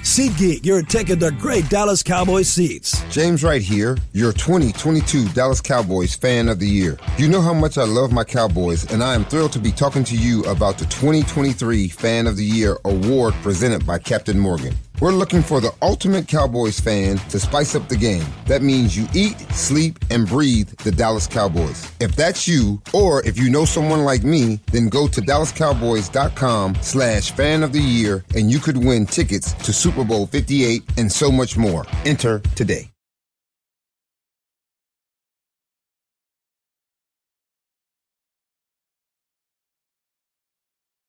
S5: SeatGeek, your ticket to great Dallas Cowboys seats.
S9: James Wright here, your 2022 Dallas Cowboys Fan of the Year. You know how much I love my Cowboys, and I am thrilled to be talking to you about the 2023 Fan of the Year award presented by Captain Morgan. We're looking for the ultimate Cowboys fan to spice up the game. That means you eat, sleep, and breathe the Dallas Cowboys. If that's you, or if you know someone like me, then go to DallasCowboys.com slash fan of the year and you could win tickets to Super Bowl 58 and so much more. Enter today.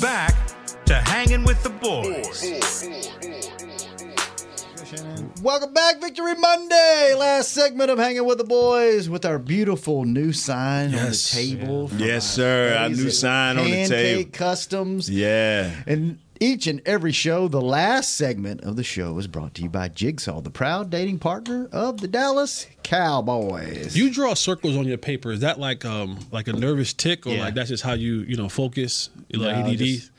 S7: Back to hanging with the boys.
S1: Welcome back, Victory Monday. Last segment of Hanging with the Boys with our beautiful new sign
S2: Yes.
S1: on the table. from
S2: Yes, sir. Our
S1: buddies
S2: new
S1: at
S2: sign on the
S1: Pancake
S2: table.
S1: Customs.
S2: Yeah.
S1: And each and every show, the last segment of the show is brought to you by Jigsaw, the proud dating partner of the Dallas Cowboys.
S3: You draw circles on your paper. Is that like um like a nervous tick or
S1: Yeah.
S3: like that's just how you you know focus like
S1: No,
S3: ADD?
S1: just-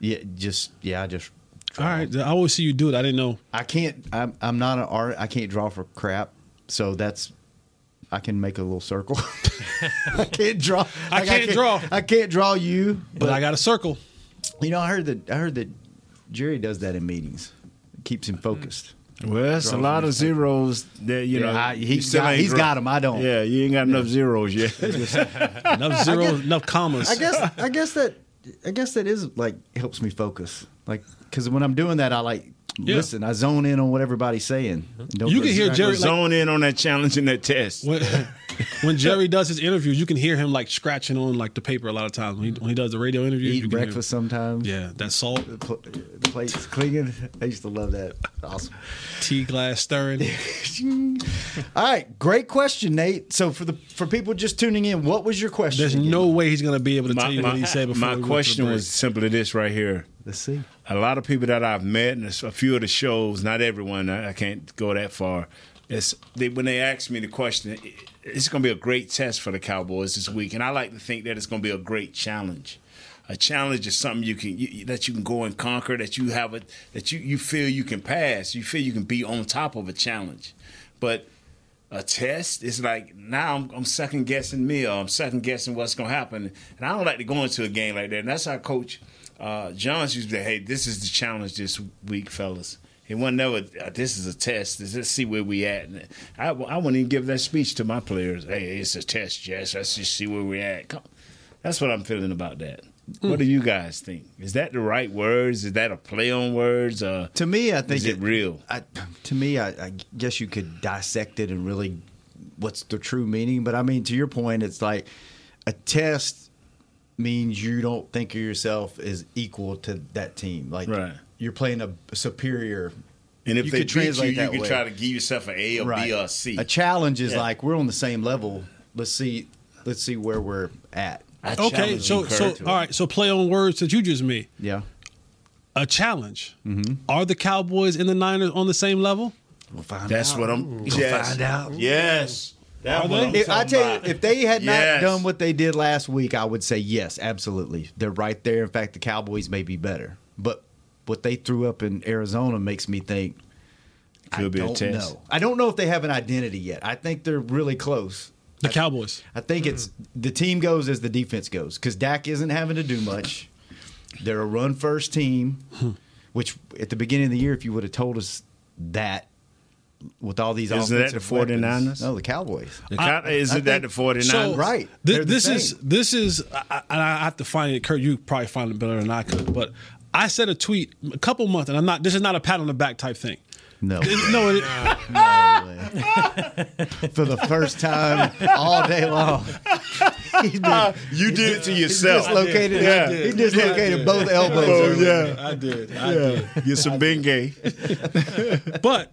S1: yeah, just yeah, I just.
S3: All right, I always see you do it. I didn't know.
S1: I can't. I'm, I'm not an art. I can't draw for crap. So that's. I can make a little circle. I can't draw.
S3: I
S1: Like,
S3: can't draw.
S1: I can't draw you, but,
S3: I got a circle.
S1: You know, I heard that. I heard that Jerry does that in meetings. keeps him focused.
S2: Well, that's a
S1: Draws
S2: lot
S1: on
S2: of
S1: his
S2: zeros that you
S1: Yeah,
S2: know.
S1: I-
S2: you
S1: he's
S2: still
S1: got-
S2: ain't
S1: he's
S2: dro-
S1: got 'em, I don't.
S2: Yeah, you ain't got enough zeros yet.
S3: enough zeros, enough commas.
S1: I guess. I guess that. I guess that is like helps me focus. Like because when I'm doing that, I like listen. I zone in on what everybody's saying. Don't
S3: Mm-hmm. You can hear Jerry, like-
S2: zone in on that challenge and that test.
S3: When, when Jerry does his interviews, you can hear him like scratching on like the paper a lot of times. When he, when he does the radio interview,
S1: Eat breakfast sometimes.
S3: Yeah, that salt,
S1: the plates clinking. I used to love that. Awesome.
S3: tea glass stirring.
S1: All right, great question, Nate. So for the for people just tuning in, what was your question?
S3: There's no way he's gonna be able to tell you what he said before.
S2: my question was simply this right here.
S1: Let's see.
S2: A lot of people that I've met, and it's a few of the shows, not everyone, I, I can't go that far. It's they, when they ask me the question, it- it's going to be a great test for the Cowboys this week, and I like to think that it's going to be a great challenge. A challenge is something you can you, that you can go and conquer, that you have a that you you feel you can pass, you feel you can be on top of a challenge, but a test it's like now I'm, I'm second guessing me or I'm second guessing what's going to happen and I don't like to go into a game like that and that's how coach uh, Johns used to say hey this is the challenge this week fellas it wasn't never uh, this is a test let's let's see where we at and I, I wouldn't even give that speech to my players hey it's a test Jess let's just see where we at Come. that's what I'm feeling about that
S1: Hmm.
S2: what do you guys think is that the right words is that a play on words uh,
S1: To me, I think
S2: is it real
S1: I, to me, I, I guess you could dissect it and really what's the true meaning. But I mean, to your point, it's like a test means you don't think of yourself as equal to that team. Like
S2: Right.
S1: you're playing a superior.
S2: and if
S1: you
S2: they
S1: could
S2: beat you
S1: translate
S2: you
S1: that
S2: can
S1: way.
S2: try to give yourself an A or B or a C
S1: A challenge is
S2: Yeah.
S1: like we're on the same level. Let's see. Let's see where we're at.
S3: okay, so so all right, so play on words that you just made.
S1: Yeah.
S3: A challenge.
S1: Mm-hmm.
S3: Are the Cowboys and the Niners on the same level?
S1: We'll find
S2: That's what I'm. yes. Yes. That
S3: Are
S2: what I'm
S3: they?
S1: If, I
S2: talking
S1: tell you,
S2: about.
S1: if they had not
S2: Yes.
S1: done what they did last week, I would say yes, absolutely. They're right there. In fact, the Cowboys may be better, but what they threw up in Arizona makes me think. I
S2: Could be a
S1: don't
S2: test.
S1: know. I don't know if they have an identity yet. I think they're really close.
S3: The Cowboys.
S1: I think it's the team goes as the defense goes because Dak isn't having to do much. They're a run first team, which at the beginning of the year, if you would have told us that with all these
S2: Isn't that the
S1: offensive weapons-
S2: 49ers?
S1: no, the Cowboys.
S2: The Cow- isn't
S1: I
S2: that
S1: think-
S2: the 49ers?
S3: So
S1: right.
S3: thi-
S1: They're the
S3: this
S1: same.
S3: is this is, I- I- and I have to find it. Kurt, you probably find it better than I could. But I said a tweet a couple months, and I'm not. This is not a pat on the back type thing.
S1: No.
S3: no, it,
S1: for the first time all day long. He's been-
S2: you did it to yourself.
S1: dislocated-
S2: Yeah.
S1: he dislocated both elbows
S2: Oh,
S1: earlier.
S2: yeah.
S3: I did. I did.
S2: yeah. Get some Bengay.
S3: but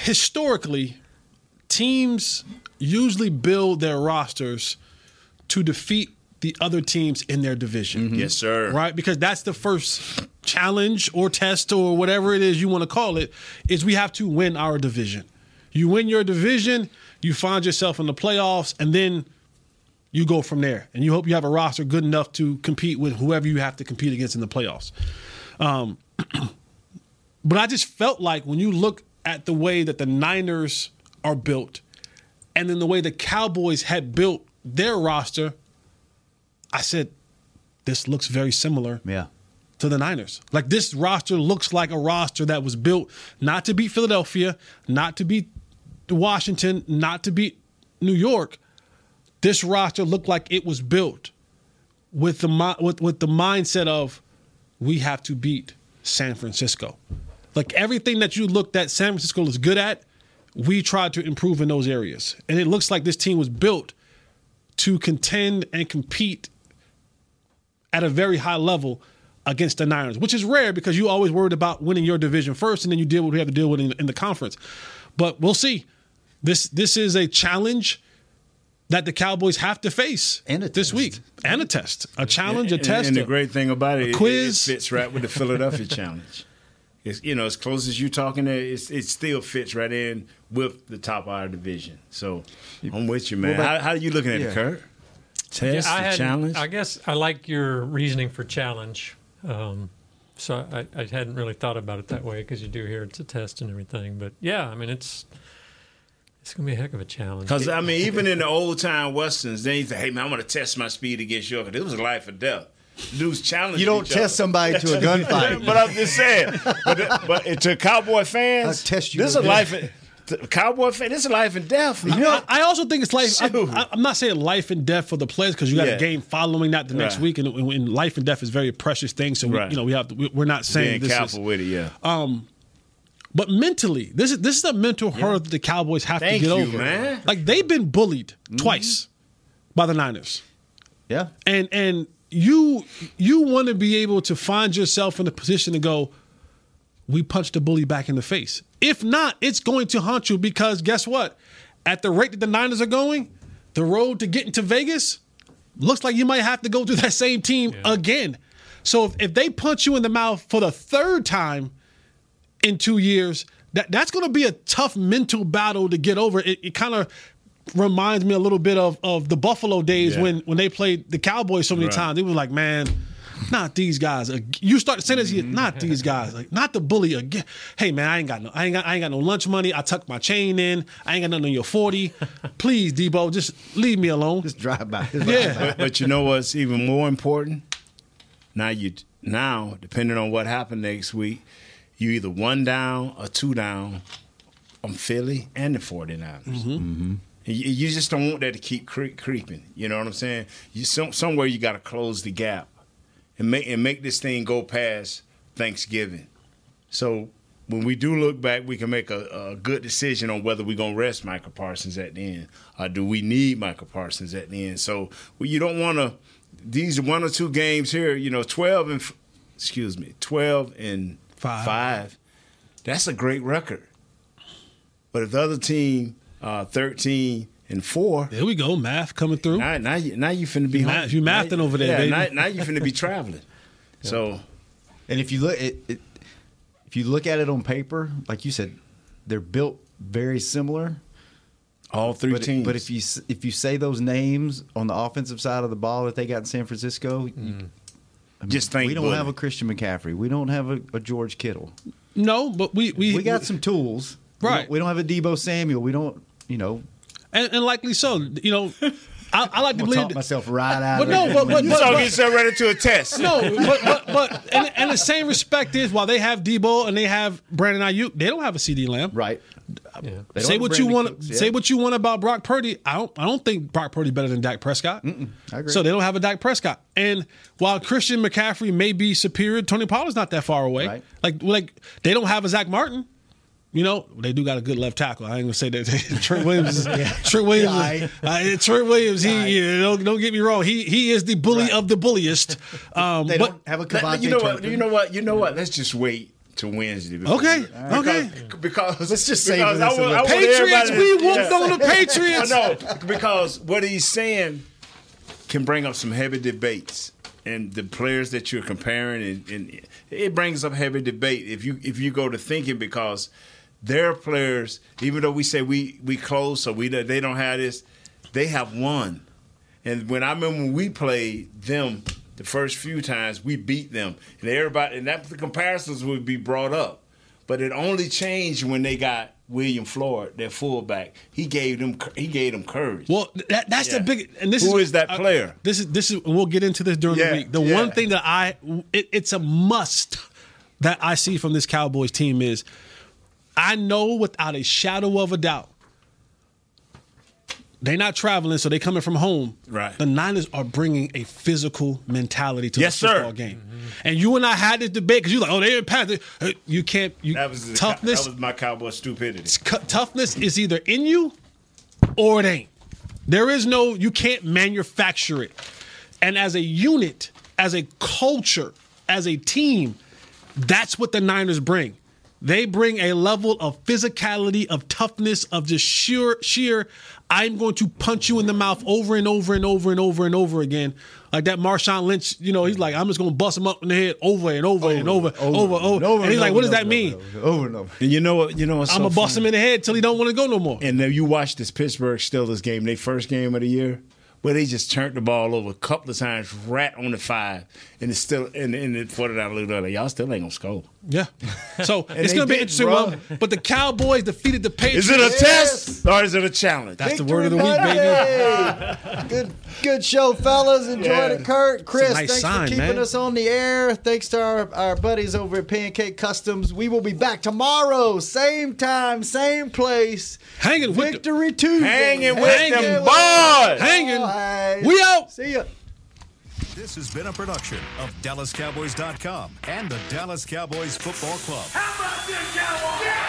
S3: historically, teams usually build their rosters to defeat the other teams in their division.
S2: Mm-hmm. Yes, sir.
S3: Right? Because that's the first challenge or test or whatever it is you want to call it, is we have to win our division. You win your division, you find yourself in the playoffs, and then you go from there. And you hope you have a roster good enough to compete with whoever you have to compete against in the playoffs. Um, but I just felt like when you look at the way that the Niners are built and then the way the Cowboys had built their roster, I said, this looks very similar
S1: yeah.
S3: to the Niners. Like this roster looks like a roster that was built not to beat Philadelphia, not to beat Washington, not to beat New York. This roster looked like it was built with the mi- with with the mindset of we have to beat San Francisco. Like everything that you looked at San Francisco is good at, we tried to improve in those areas. And it looks like this team was built to contend and compete at a very high level against the Niners, which is rare because you always worried about winning your division first, and then you deal with what you have to deal with in, in the conference. But we'll see. This this is a challenge that the Cowboys have to face and this week, and a test, a challenge,
S2: And-
S3: a test,
S2: And the
S3: a-
S2: great thing about
S3: a
S2: it, it-
S3: quiz.
S2: it, fits right with the Philadelphia challenge. It's, you know, as close as you talking there, it's, it still fits right in with the top of our division. So I'm with you, man.
S4: What about-
S2: how, how are you looking at
S4: Yeah.
S2: it, Kurt? Test,
S4: I
S2: the
S4: had-
S2: challenge?
S4: I guess I like your reasoning for challenge. Um, so I, I hadn't really thought about it that way because you do hear it's a test and everything. But yeah, I mean it's it's gonna be a heck of a challenge.
S2: Because I mean, even in the old time westerns, they say, "Hey man, I'm going to test my speed against yours." 'Cause it was life or death. Dudes challenge.
S1: You don't
S2: each
S1: test
S2: other.
S1: somebody to a gunfight.
S2: but I'm just saying. But, it- but it- to cowboy fans,
S1: test you
S2: This is
S1: to
S2: a life.
S1: death.
S2: and- to Cowboy fan, this is life and death.
S3: You know, I, I also think it's life. I, I, I'm not saying life and death for the players because you got
S2: Yeah.
S3: a game following that the next
S2: Right.
S3: week, and, and, and life and death is very precious thing. So we,
S2: Right.
S3: you know, we have to, we, we're not
S2: Being
S3: saying this
S2: careful
S3: is,
S2: with it, yeah.
S3: Um, but mentally, this is this is a mental hurdle the Cowboys have
S2: Thank
S3: to get
S2: you,
S3: over.
S2: man. Mm-hmm.
S3: Like they've been bullied twice by the Niners.
S1: Yeah,
S3: and and you you want to be able to find yourself in a position to go. We punch the bully back in the face. If not, it's going to haunt you because guess what? At the rate that the Niners are going, the road to getting to Vegas looks like you might have to go through that same team again. So if, if they punch you in the mouth for the third time, in two years. That that's going to be a tough mental battle to get over. It, it kind of reminds me a little bit of of the Buffalo days
S10: Yeah.
S3: when when they played the Cowboys so many
S10: Right.
S3: times. It was like, man. Not these guys. Ag- You start saying this, you- not these guys. Like, not the bully again. Hey man, I ain't got no, I ain't got, I ain't got no lunch money. I tuck my chain in. I ain't got nothing on your forty. Please, Debo, just leave me alone. Just
S1: drive by.
S3: Yeah,
S2: but, but you know what's even more important? Now you now, depending on what happened next week, you either one down or two down on Philly and the 49ers.
S11: Mm-hmm.
S2: You, you just don't want that to keep cre- creeping. You know what I'm saying? You some, somewhere you got to close the gap and make and make this thing go past Thanksgiving. So when we do look back, we can make a, a good decision on whether we're gonna rest Michael Parsons at the end, or do we need Michael Parsons at the end? So well, you don't want to these one or two games here. You know, twelve and f- excuse me, twelve and
S3: Five.
S2: five. That's a great record. But if the other team uh, thirteen and four,
S3: there we go, math coming through.
S2: Now, now you now you finna be
S3: You
S2: home.
S3: math- you mathing
S2: Now-
S3: over there,
S2: yeah,
S3: baby.
S2: Now, now you finna be traveling. So,
S1: and if you look, it, it, if you look at it on paper, like you said, they're built very similar.
S2: All three
S1: but,
S2: teams.
S1: But if you s- if you say those names on the offensive side of the ball that they got in San Francisco, you-
S2: Mm.
S1: I mean,
S2: Just think
S1: we don't
S2: Bully.
S1: have a Christian McCaffrey. We don't have a, a George Kittle.
S3: No, but we we,
S1: we got some tools.
S3: Right.
S1: We don't, we don't have a Debo Samuel. We don't. You know.
S3: and, and likely so. You know, I, I like to
S1: I'm gonna
S3: believe
S1: talk myself right out.
S3: But
S1: of
S3: no,
S1: it.
S3: but- but-
S2: you
S3: but-
S2: talking
S3: but-
S2: yourself right into a test.
S3: No, but but, but and, and the same respect is while they have Debo and they have Brandon Ayuk, they don't have a CD Lamb.
S1: Right. They don't
S3: Say
S1: have
S3: what you
S1: Brandon
S3: want.
S1: Cooks, yeah.
S3: Say what you want about Brock Purdy. I don't. I don't think Brock Purdy better than Dak Prescott.
S1: I agree.
S3: So they don't have a Dak Prescott. And while Christian McCaffrey may be superior, Tony Pollard's not that far away. Like like they don't have a Zach Martin. You know they do got a good left tackle. I ain't gonna say that. Trent Williams. Is, Trent Williams. is- uh, Trent Williams. He yeah, don't, don't get me wrong. He he is the bully of the bulliest. Um,
S2: They
S3: but,
S2: don't have a Let- you know what? You know what? You know what? Let's just wait to Wednesday. before
S3: Okay,
S2: we- Because,
S3: okay.
S2: Because
S3: Let's just
S2: because
S3: savor this a
S2: I want, I
S3: little.
S2: want
S3: Patriots,
S2: everybody
S3: we
S2: to-
S3: whooped on the Patriots.
S2: I know because what he's saying can bring up some heavy debates, and the players that you're comparing, and, and it brings up heavy debate if you if you go to thinking because their players, even though we say we we close, so we don't- they don't have this, they have won. And when I remember when we played them the first few times, we beat them, and everybody, and that the comparisons would be brought up. But it only changed when they got William Floyd, their fullback. He gave them he gave them courage.
S3: Well, that, that's the big and this
S2: Who
S3: is
S2: is that
S3: I-
S2: player?
S3: this is this is we'll get into this during
S2: Yeah,
S3: the week. The
S2: yeah.
S3: one thing that I it, it's a must that I see from this Cowboys team is I know without a shadow of a doubt they're not traveling, so they coming from home. Right. The Niners are bringing a physical mentality to
S2: Yes,
S3: the
S2: sir.
S3: football game, and you and I had this debate because you like, oh, they didn't pass it. Uh, You can't. You
S2: That was the-
S3: toughness.
S2: That was my cowboy stupidity.
S3: Cu- toughness is either in you or it ain't. There is no, you can't manufacture it. And as a unit, as a culture, as a team, that's what the Niners bring. They bring a level of physicality, of toughness, of just sheer sheer. I'm going to punch you in the mouth over and over and over and over and over again. Like that Marshawn Lynch, you know, he's like, I'm just going to bust him up in the head over and over, and over, over, over, oh, and he's like, what does that mean?
S1: Over and over.
S2: You know what? You know what's
S3: I'm gonna
S2: so
S3: bust
S2: funny?
S3: him in the head till he don't want to go no more.
S2: And then you watch this Pittsburgh Steelers game, their first game of the year, where they just turned the ball over a couple of times, right on the five, and it's still and and the 49 looked at it, y'all still ain't gonna score.
S3: Yeah. So
S2: And
S3: it's
S2: they
S3: gonna be
S2: did,
S3: interesting
S2: bro.
S3: one. But the Cowboys defeated the
S2: Is
S3: Patriots.
S2: it a test or is it a challenge?
S3: That's the word of the week, baby.
S1: good, good show, fellas. Enjoy
S2: Yeah.
S1: it, Kurt.
S2: It's a
S1: Chris,
S2: nice
S1: thanks
S2: sign,
S1: for keeping
S2: man.
S1: us on the air. Thanks to our, our buddies over at Pancake Customs. We will be back tomorrow, same time, same place.
S3: Hanging
S1: with Victory Tuesday.
S2: Hanging with them boys. Hanging.
S1: We
S3: out.
S1: See ya.
S7: This has been a production of DallasCowboys.com and the Dallas Cowboys Football Club.
S11: How about this, Cowboys? Yeah!